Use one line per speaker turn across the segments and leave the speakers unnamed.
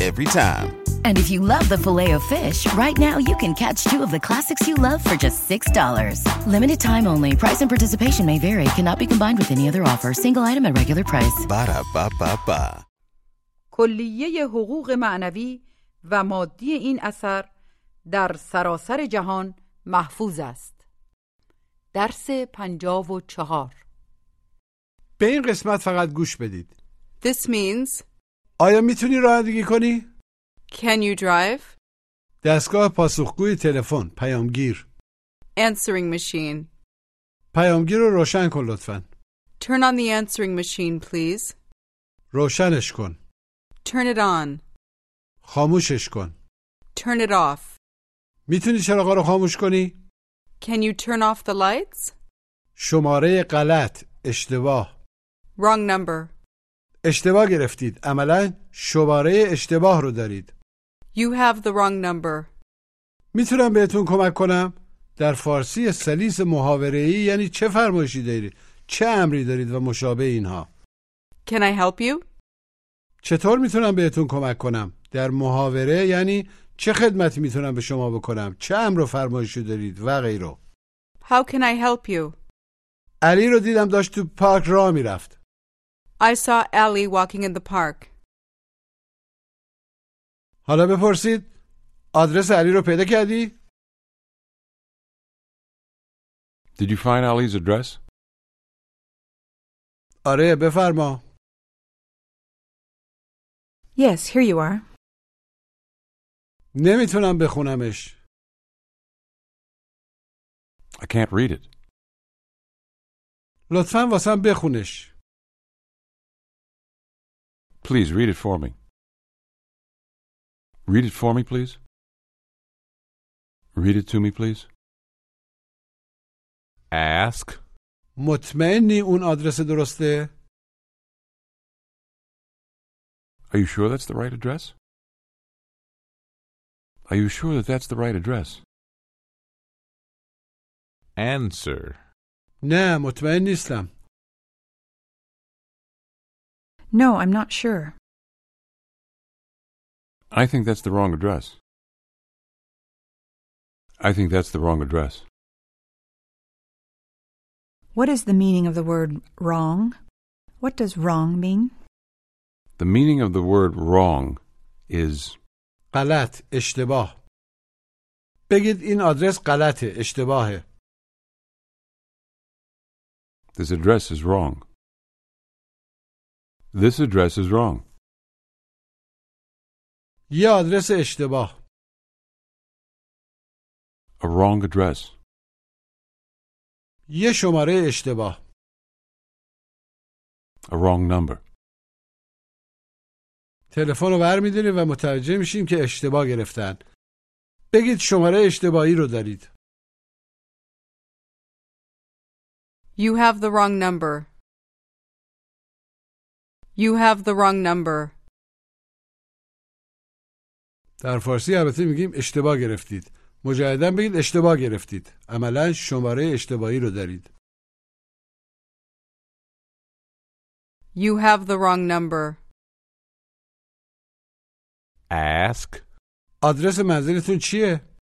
Every time.
And if you love the filet of fish, right now you can catch two of the classics you love for just $6. Limited time only. Price and participation may vary. Cannot be combined with any other offer. Single item at regular price.
Ba-da-ba-ba-ba.
کلیه حقوق معنوی و مادی این اثر در سراسر جهان محفوظ است درس پنجاب و چهار
به این قسمت فقط گوش بدید
This means,
آیا میتونی رانندگی کنی؟
can you drive?
دستگاه پاسخگوی تلفن پیامگیر
Answering machine.
پیامگیر رو روشن کن لطفا
Turn on the answering machine, please.
روشنش کن
Turn it on.
خاموشش کن
Turn it off.
میتونی چراغا رو خاموش کنی؟
Can you turn off the lights?
شماره غلط اشتباه
Wrong number.
اشتباه گرفتید عملا شماره اشتباه رو دارید
You have the wrong number.
میتونم بهتون کمک کنم؟ در فارسی سلیس محاوره‌ای یعنی چه فرمایشی دارید؟ چه امری دارید و مشابه اینها؟
Can I help you?
چطور میتونم بهتون کمک کنم؟ در محاوره یعنی چه خدمتی میتونم به شما بکنم؟ چه امر و فرمایشی دارید و غیره.
How can I help you?
علی رو دیدم داشت تو پارک راه میرفت.
I saw Allie walking in the park.
حالا بپرسید آدرس علی رو پیدا کردی؟
Did you find Ali's address?
آره بفرما.
Yes, here you are.
نمیتونم بخونمش.
I can't read it.
لطفا واسم بخونش.
Please read it for me. Read it for me, please. Read it to me, please. Ask.
مطمئنی اون آدرس درسته؟
Are you sure that's the right address? Are you sure that that's the right address? Answer.
نه مطمئن نیستم.
No, I'm not sure.
I think that's the wrong address. I think that's the wrong address.
What is the meaning of the word wrong? What does wrong mean?
The meaning of the word wrong is
غلط اشتباه. بگید این آدرس غلطه اشتباهه.
This address is wrong. This address is wrong.
یه آدرس اشتباه.
A wrong address.
یه شماره اشتباه
A wrong number.
تلفن رو برمیداریم و متوجه میشیم که اشتباه گرفتن بگید شماره اشتباهی رو دارید
You have the wrong number. You have the wrong number.
در فارسی البته میگیم اشتباه گرفتید مجددا بگید اشتباه گرفتید عملا شماره اشتباهی رو دارید
You have the wrong number.
Ask.
آدرس منزلتون چیه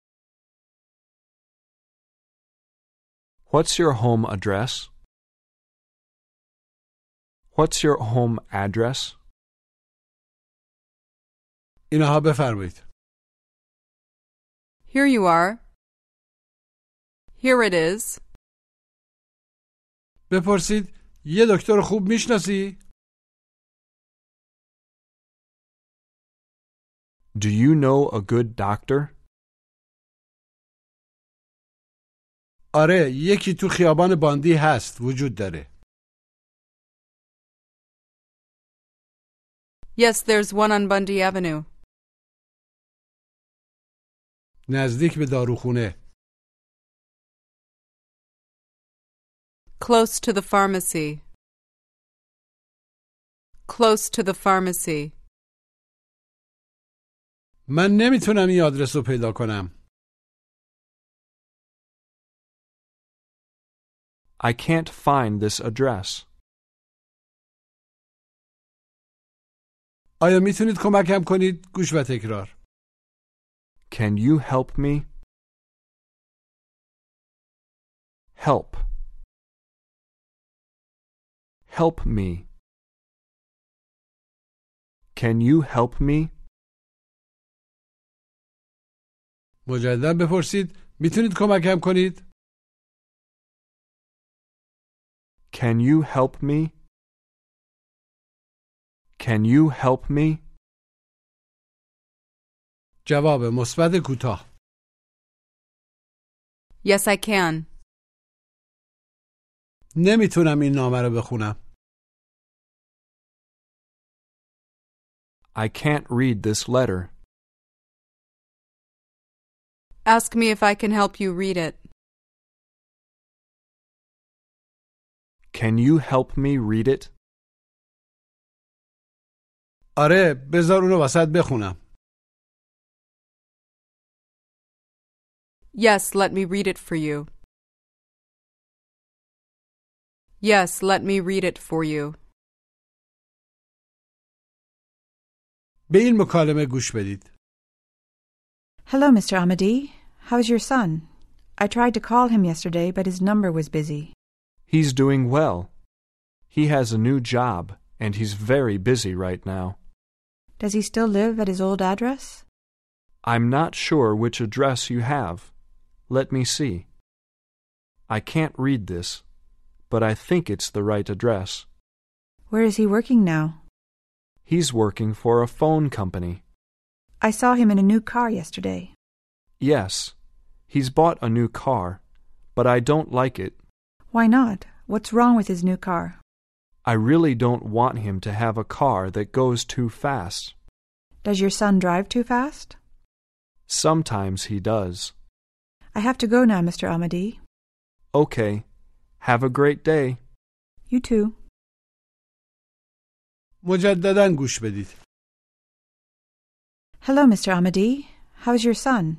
What's your home address? What's your home address?
اینها بفرمایید
Here you are. Here it is.
بپرسید یه دکتر خوب میشناسی
Do you know a good doctor?
آره یکی تو خیابان باندی هست وجود داره
Yes, there's one on Bundy Avenue.
نزدیک به داروخونه
Close to the pharmacy. Close to the pharmacy.
من نمیتونم این آدرس رو پیدا کنم.
I can't find this address.
آیا میتونید کمکم کنید؟ گوش و تکرار.
Can you help me? Help. Help me. Can you help me?
مجددا بپرسید میتونید کمکم کنید؟
Can you help me? Can you help me?
جواب مثبت کوتاه.
Yes, I can.
نمیتونم این نامه رو بخونم.
I can't read this letter.
Ask me if I can help you read it.
Can you help me read it?
آره بذار اونو وسط بخونم.
Yes, let me read it for you. Yes, let me read it for you.
به این مکالمه گوش بدید.
Hello, Mr. Amadi. How's your son? I tried to call him yesterday, but his number was busy.
He's doing well. He has a new job, and he's very busy right now.
Does he still live at his old address?
I'm not sure which address you have. Let me see. I can't read this, but I think it's the right address.
Where is he working now?
He's working for a phone company.
I saw him in a new car yesterday.
Yes, he's bought a new car, but I don't like it.
Why not? What's wrong with his new car?
I really don't want him to have a car that goes too fast.
Does your son drive too fast?
Sometimes he does.
I have to go now, Mr. Amadi.
Okay, have a great day.
You too.
مجددا گوش بدید.
Hello, Mr. Amadi. How's your son?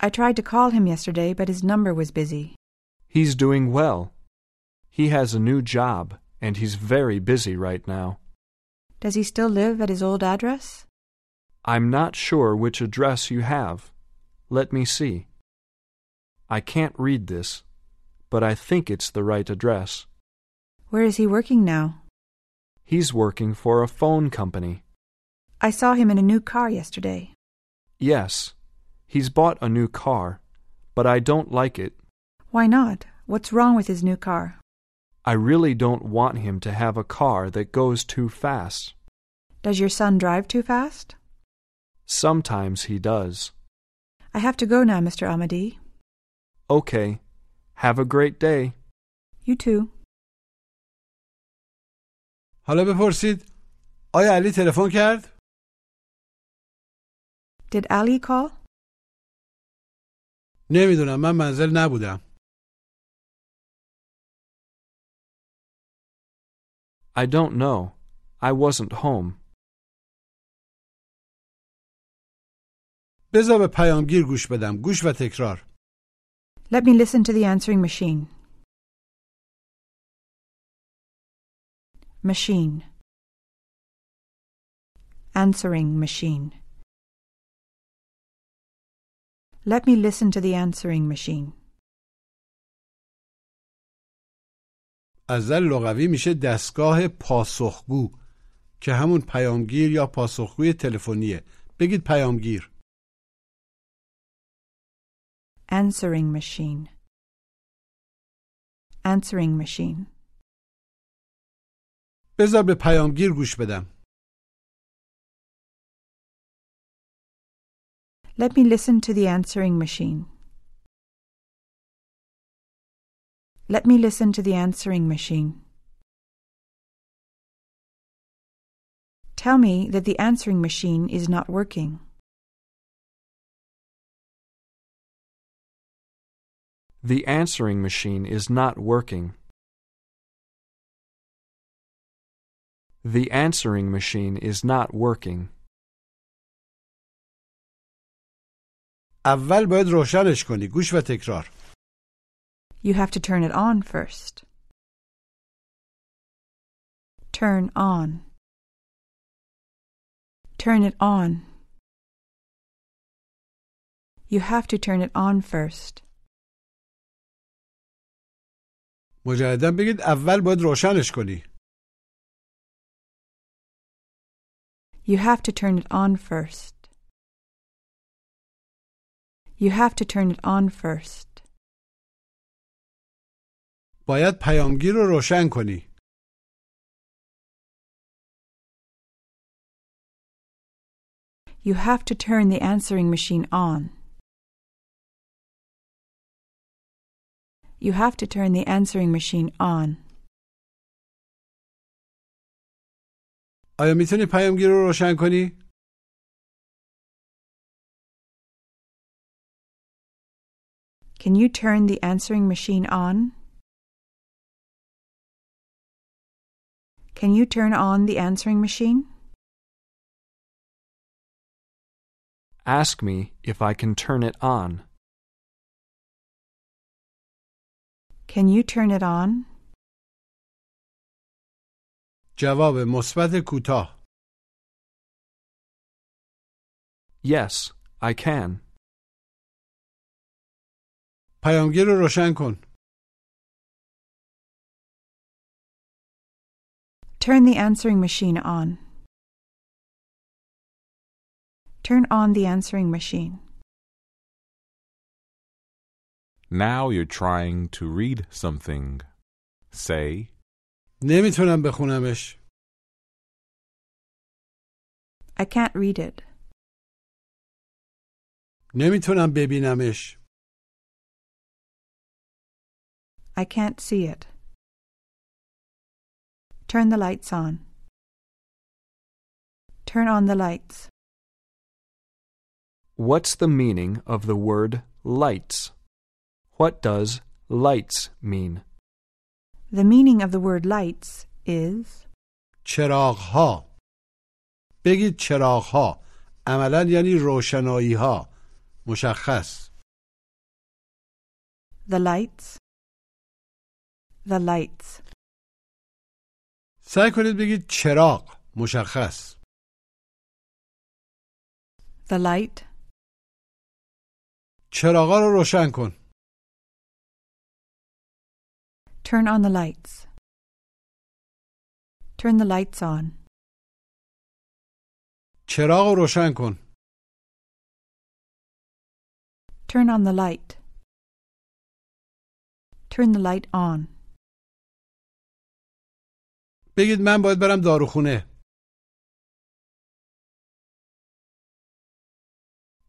I tried to call him yesterday, but his number was busy.
He's doing well. He has a new job, and he's very busy right now.
Does he still live at his old address?
I'm not sure which address you have. Let me see. I can't read this, but I think it's the right address.
Where is he working now?
He's working for a phone company.
I saw him in a new car yesterday.
Yes, he's bought a new car, but I don't like it.
Why not? What's wrong with his new car?
I really don't want him to have a car that goes too fast.
Does your son drive too fast?
Sometimes he does.
I have to go now, Mr. Amadi.
Okay, have a great day.
You too.
حالا بپرسید آیا علی تلفن کرد؟
Did Ali call?
نمیدونم من منزل نبودم.
I don't know. I wasn't home.
بذار به پیامگیر گوش بدم. گوش و تکرار.
Let me listen to the answering machine. Machine. Answering machine. Let me listen to the answering machine.
از نظر لغوی میشه دستگاه پاسخگو که همون پیامگیر یا پاسخگوی تلفنیه. بگید پیامگیر.
Answering machine. Answering machine.
بذار به پیامگیر گوش بدم.
Let me listen to the answering machine. Let me listen to the answering machine. Tell me that the answering machine is not working.
The answering machine is not working. The answering machine is not working.
اول باید روشنش کنی گوش و تکرار
You have to turn it on first. Turn on. Turn it on. You have to turn it on first.
مجددا بگید اول باید روشنش کنی
You have to turn it on first. You have to turn it on first.
باید پیامگیر رو روشن کنی
You have to turn the answering machine on. You have to turn the answering machine on.
آیا میتونی پیامگیر رو روشن کنی
Can you turn the answering machine on? Can you turn on the answering machine?
Ask me if I can turn it on.
Can you turn it on?
جواب مثبت کوتاه
Yes, I can.
پیامگیر رو روشن کن
Turn the answering machine on. Turn on the answering machine.
Now you're trying to read something. Say,
نمیتونم بخونمش
I can't read it.
نمیتونم ببینمش
I can't see it. Turn the lights on. Turn on the lights.
What's the meaning of the word lights? What does lights mean?
The meaning of the word lights is
چراغها بگید چراغها عملا یعنی روشنایی ها مشخص
the lights. The lights.
سعی کنید بگید چراغ مشخص
The light.
چراغا رو روشن کن
Turn on the lights. Turn the lights on.
چراغ رو روشن کن
Turn on the light. Turn the light on.
بگید من باید برم داروخونه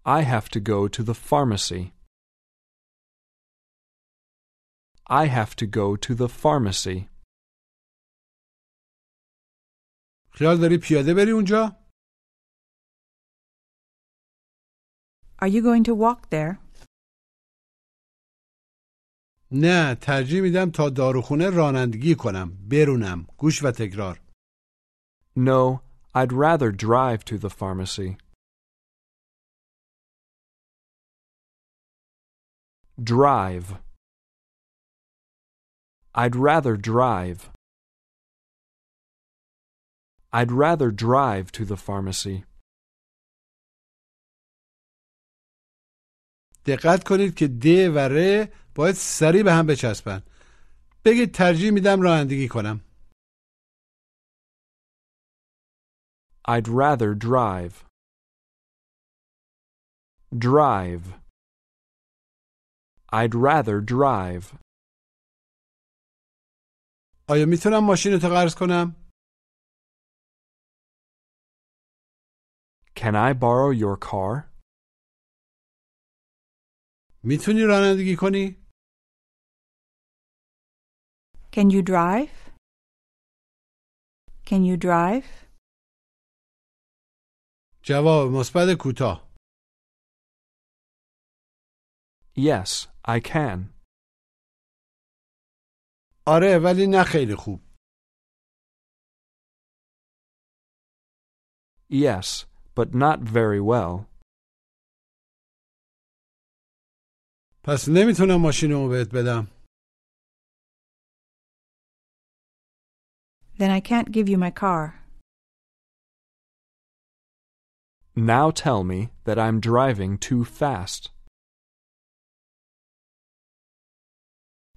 I have to go to the pharmacy. I have to go to the pharmacy.
خیال داری پیاده بری اونجا
Are you going to walk there?
نه ترجیح میدم تا داروخونه رانندگی کنم برونم گوش و تکرار
No, I'd rather drive to the pharmacy. Drive. I'd rather drive. I'd rather drive to the pharmacy.
دقت کنید که د و ر باید سریع به هم بچسبن بگید ترجیح میدم رانندگی کنم
I'd rather drive. Drive. I'd rather drive.
آیا میتونم ماشین رو قرض کنم
Can I borrow your car?
میتونی رانندگی کنی
Can you drive? Can you drive?
جواب مثبت کوتاه
Yes, I can.
آره ولی نه خیلی خوب
Yes, but not very well.
پس نمیتونم ماشینمو بهت بدم.
Then I can't give you my car.
Now tell me that I'm driving too fast.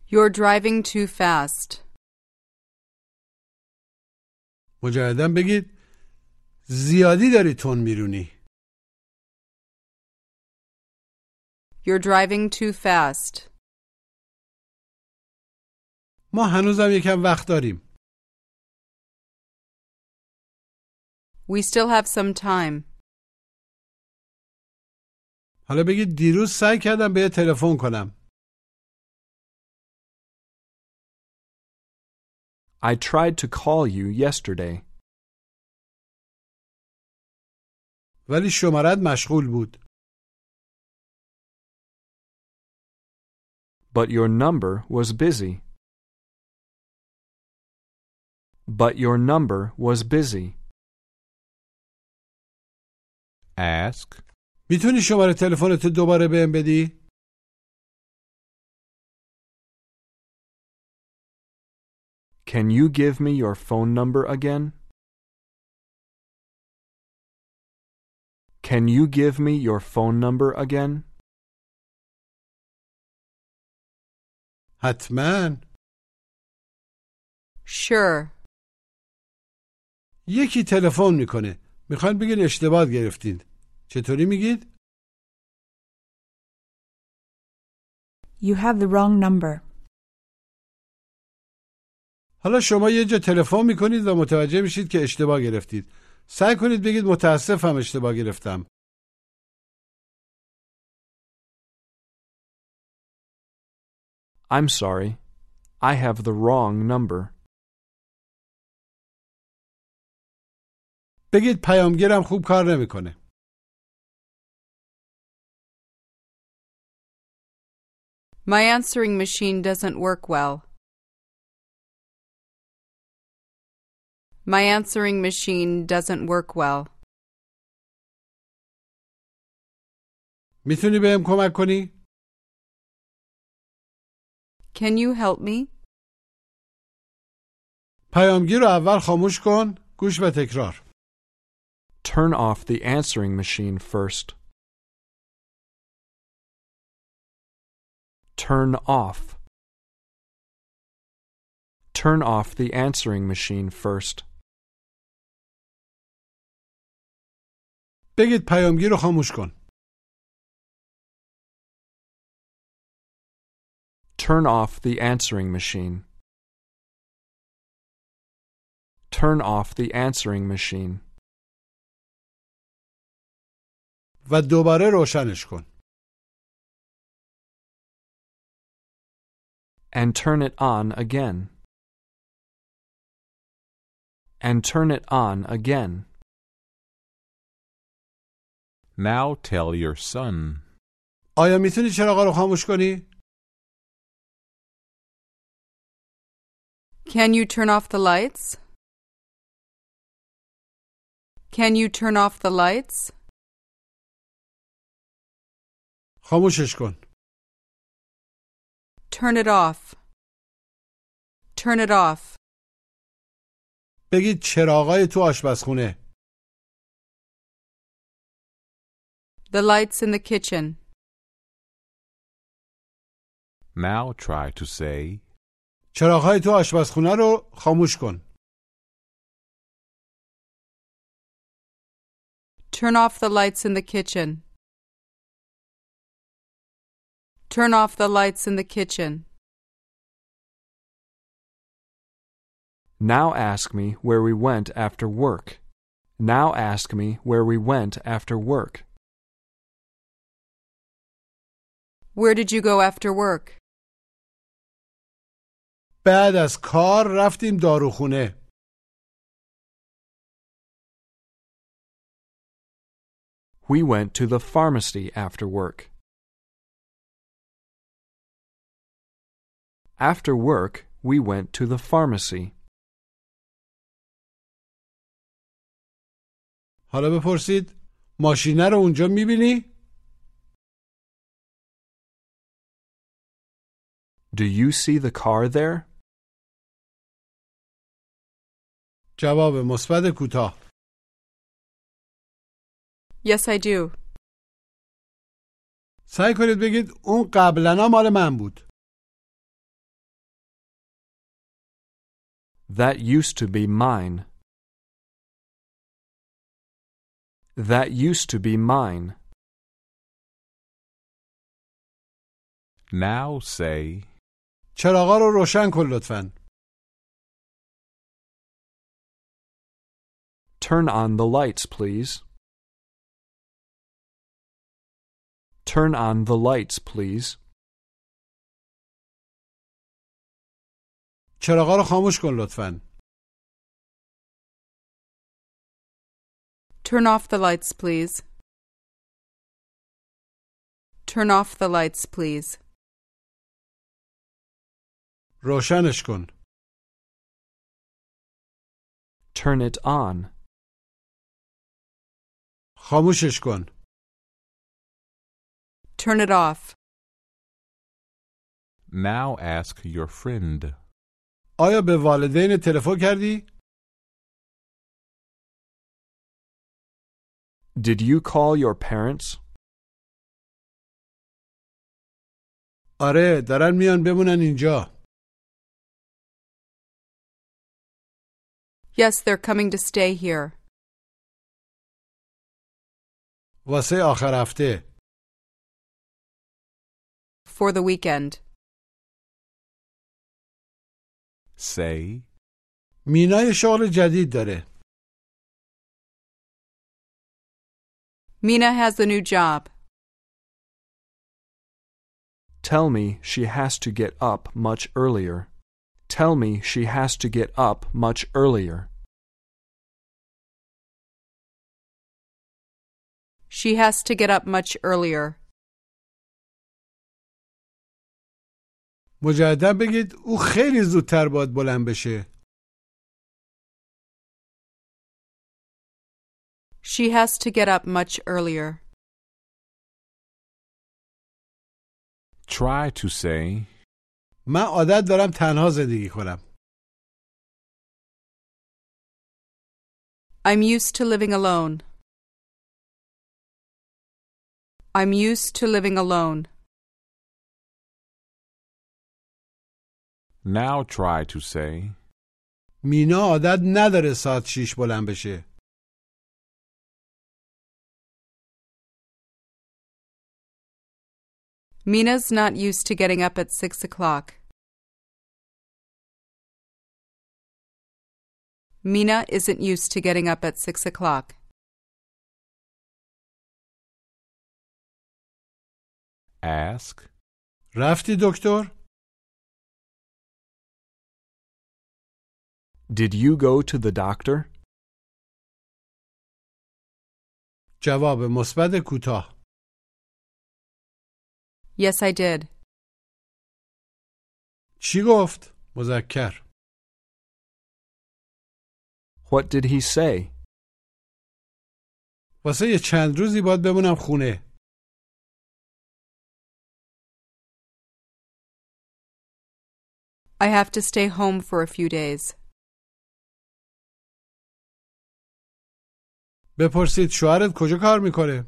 You're driving too fast.
مجددا بگید زیادی داری تون میرونی.
You're driving too fast.
ما هنوزم یکم وقت داریم.
We still have some time.
حالا بگید دیروز سعی کردم به تلفن کنم.
I tried to call you yesterday,
ولی شمارت مشغول بود.
but your number was busy. But your number was busy.
Ask.
میتونی شماره تلفنتو دوباره بهم بدی؟
Can you give me your phone number again? Can you give me your phone number again?
حتما.
Sure.
یکی تلفن میکنه. میخواین بگین اشتباه گرفتین. چطوری میگید؟
You have the wrong number.
حالا شما یه جا تلفن میکنید و متوجه میشید که اشتباه گرفتید. سعی کنید بگید متاسفم اشتباه گرفتم.
I'm sorry. I have the wrong number.
بگید پیامگیرم خوب کار نمیکنه.
My answering machine doesn't work well. My answering machine doesn't work well.
میتونی بهم کمک کنی؟
Can you help me?
پیامگیر رو اول خاموش کن. گوش و تکرار.
Turn off the answering machine first. Turn off. Turn off the answering machine first.
بگید پیامگیر رو خاموش کن.
Turn off the answering machine. Turn off the answering machine.
و دوباره روشنش کن.
and turn it on again. And turn it on again.
Now tell your son.
آیا میتونی چراغا رو خاموش کنی؟
Can you turn off the lights? Can you turn off the lights?
خاموشش کن.
Turn it off. Turn it off.
بگید چراغای تو آشپزخونه.
The lights in the kitchen.
Now try to say.
چراغهای تو آشپزخونه رو خاموش کن.
Turn off the lights in the kitchen. Turn off the lights in the kitchen.
Now ask me where we went after work. Now ask me where we went after work.
Where did you go after work?
بعد از کار رفتیم داروخونه.
We went to the pharmacy after work. After work, we went to the pharmacy.
حالا بپرسید ماشینه رو اونجا میبینی؟
Do you see the car there?
جواب مثبت کوتاه
Yes, I do.
سعی کنید بگید اون قبلا مال من بود
That used to be mine. That used to be mine.
Now say,
چراغا رو روشن کن لطفا
Turn on the lights, please. Turn on the lights, please.
چراغا رو خاموش کن لطفا
Turn off the lights, please. Turn off the lights, please.
روشنش کن
Turn it on.
خاموشش کن
Turn it off.
now ask your friend.
آیا به والدین تلفن کردی؟
Did you call your parents?
آره دارن میان بمونن اینجا
Yes, they're coming to stay here.
واسه آخر هفته
For the weekend.
Say,
مینای شغل جدید داره
Mina has a new job.
Tell me she has to get up much earlier. Tell me she has to get up much earlier.
She has to get up much earlier.
مجددا بگید او خیلی زودتر باید بلند بشه
She has to get up much earlier.
try to say,
من عادت دارم تنها زندگی کنم
I'm used to living alone. I'm used to living alone.
now try to say,
مینا عادت نداره ساعت شیش بلند بشه
Mina's not used to getting up at six o'clock. Mina isn't used to getting up at six o'clock.
ask,
رفتی دکتر؟
Did you go to the doctor?
جواب مثبت کوتاه
Yes, I did.
چی گفت؟ مذکر
What did he say?
واسه یه چند روزی باید بمونم خونه
I have to stay home for a few days.
بپرسید شوهرت کجا کار میکنه؟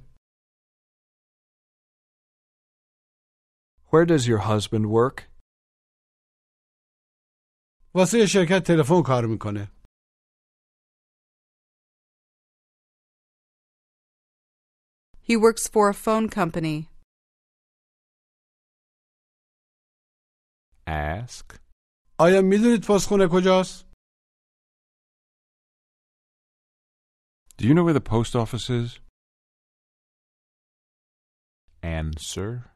Where does your husband work?
واسه یه شرکت تلفن کار میکنه
He works for a phone company.
ask,
آیا میدونید پستخونه کجاست؟
Do you know where the post office is?
answer,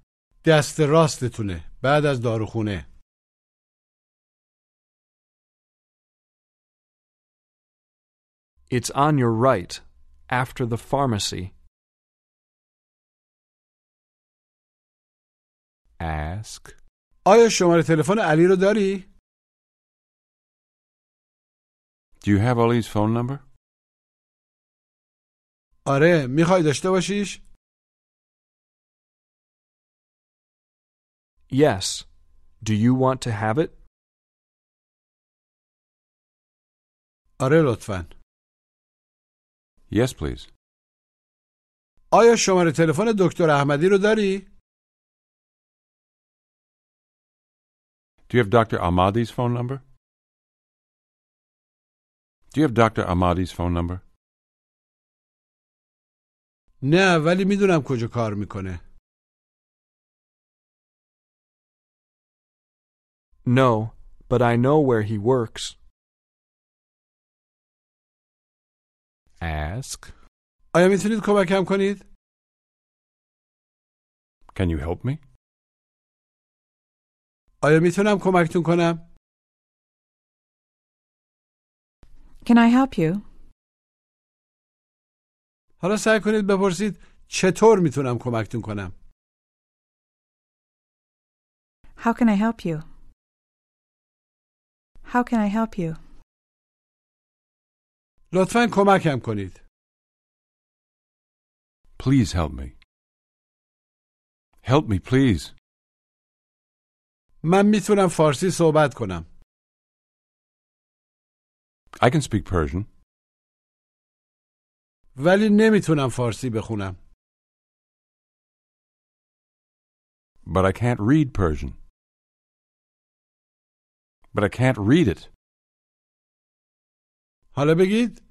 دست راستتونه بعد از داروخونه
It's on your right, after the pharmacy.
ask,
آیا شماره تلفن علی رو داری؟
Do you have Ali's phone number?
آره میخوای داشته باشیش؟
Yes. Do you want to have it?
آره لطفا
Yes, please.
آیا شماره تلفن دکتر احمدی رو داری؟
Do you have Dr. Ahmadi's phone number? Do you have Dr. Ahmadi's phone number?
نه ولی میدونم کجا کار میکنه
No, but I know where he works.
ask,
آیا میتونید کمکم کنید؟
Can you help me?
آیا میتونم کمکتون کنم؟
Can I help you?
حالا سعی کنید بپرسید چطور میتونم کمکتون کنم؟
How can I help you? How can I help you?
لطفا کمکم کنید
Please help me. Help me, please.
من میتونم فارسی صحبت کنم
I can speak Persian,
ولی نمیتونم فارسی بخونم
but I can't read Persian. But I can't read it.
حالا بگید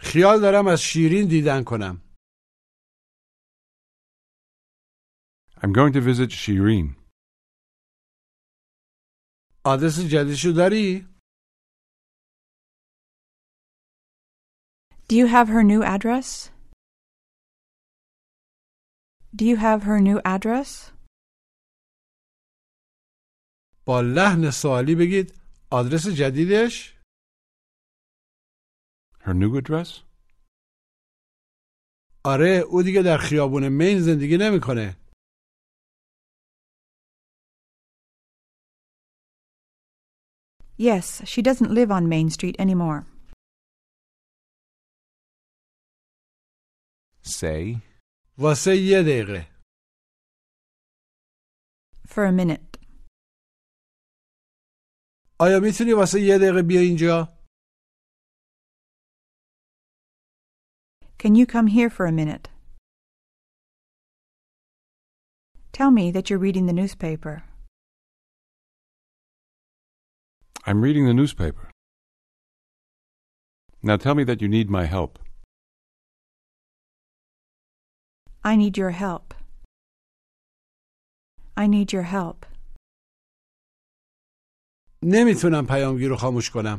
خیال دارم از شیرین دیدن کنم
I'm going to visit Shirin.
آدرس جدیدشو داری؟
Do you have her new address? Do you have her new address?
با لحن سوالی بگید آدرس جدیدش
Her new address?
آره او دیگه در خیابون مین زندگی نمیکنه
Yes, she doesn't live on Main Street anymore.
say,
واسه یه دقیقه
For a minute.
آیا میتونی واسه یه دقیقه بیا اینجا؟
Can you come here for a minute? Tell me that you're reading the newspaper.
I'm reading the newspaper. Now tell me that you need my help.
I need your help. I need your help.
نمیتونم پیامگیر رو خاموش کنم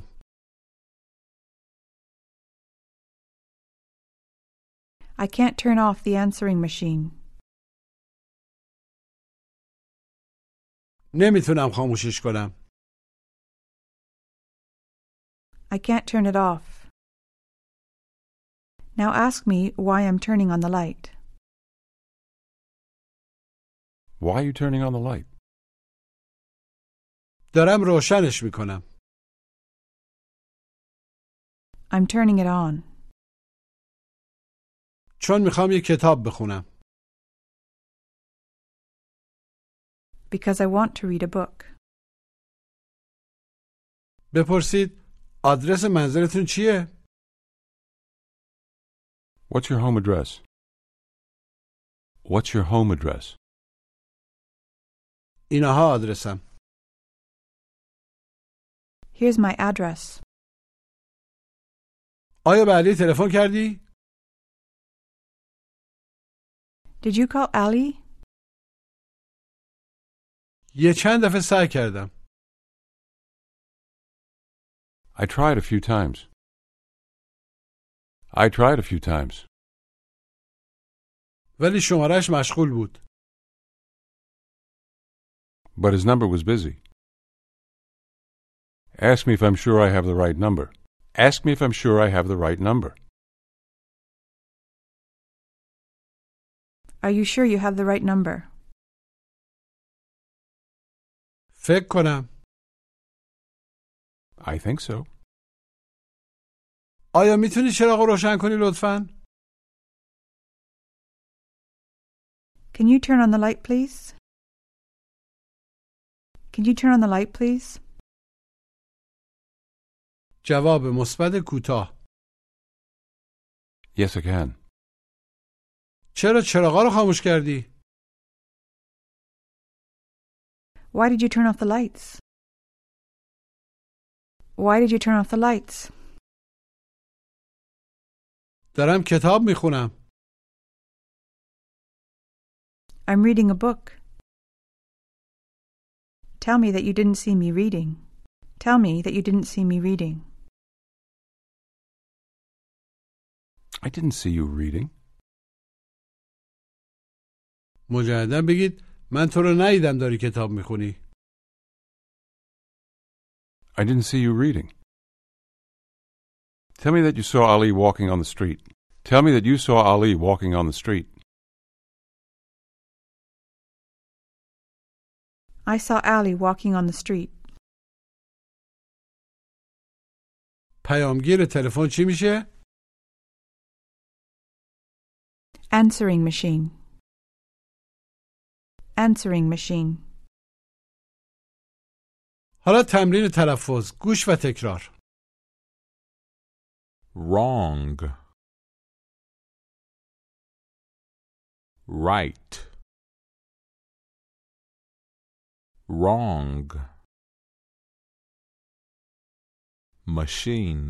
I can't turn off the answering machine.
نمیتونم خاموشش کنم
I can't turn it off. Now ask me why I'm turning on the light.
Why are you turning on the light?
دارم روشنش میکنم
I'm turning it on
چون میخوام یه کتاب بخونم
because I want to read a book.
بپرسید آدرس منزلتون چیه؟
What's your home address? What's your home address?
اینها آدرسم
Here's my address.
آیا به علی تلفن کردی؟
Did you call Ali?
یه چند دفعه سعی کردم
I tried a few times. I tried a few times,
ولی شمارش مشغول بود
but his number was busy. Ask me if I'm sure I have the right number. Ask me if I'm sure I have the right number.
Are you sure you have the right number?
فکر کنم
I think so.
آیا میتونی چراغ رو روشن کنی لطفا؟
Can you turn on the light, please? Can you turn on the light, please?
جواب مثبت کوتاه
Yes, I can.
چرا چراغا رو خاموش کردی؟
Why did you turn off the lights? Why did you turn off the lights?
دارم کتاب میخونم.
I'm reading a book. Tell me that you didn't see me reading. Tell me that you didn't see me reading.
I didn't see you reading.
مجددا بگید من تو رو ندیدم داری کتاب میخونی.
I didn't see you reading. Tell me that you saw Ali walking on the street. Tell me that you saw Ali walking on the street.
I saw Allie walking on the street.
پیامگیر تلفن چی میشه؟
Answering machine. Answering machine.
حالا تمرین تلفظ گوش و تکرار
wrong, right, wrong, machine,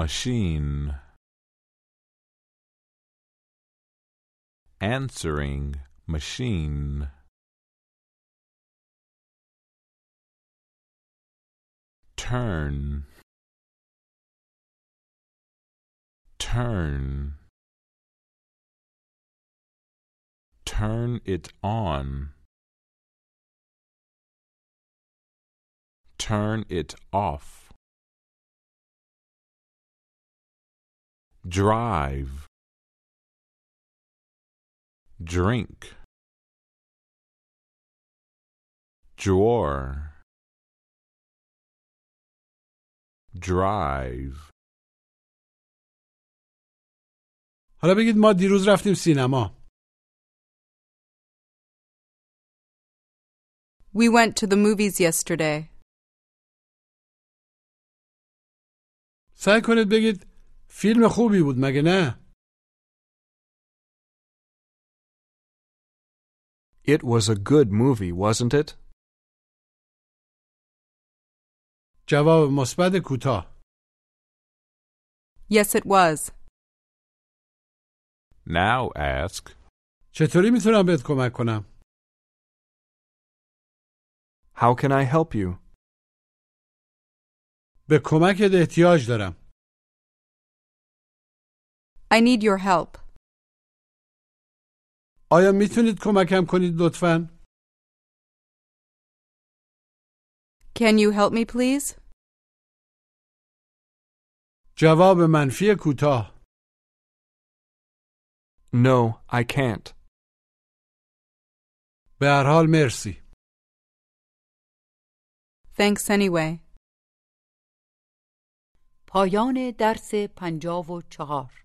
machine, answering machine. turn turn turn it on turn it off drive drink drawer drive
حالا بگید ما دیروز رفتیم سینما
We went to the movies yesterday.
سعی کنید بگید فیلم خوبی بود مگه نه؟
It was a good movie, wasn't it?
جواب مثبت کوتاه
Yes, it was.
now ask
چطوری میتونم بهت کمک کنم؟
How can I help you?
به کمکت احتیاج دارم
I need your help.
آیا میتونید کمکم کنید لطفا؟
Can you help me, please?
جواب منفی کوتاه
No, I can't.
به هر حال مرسی
Thanks anyway.
پایان درس پنجاه و چهار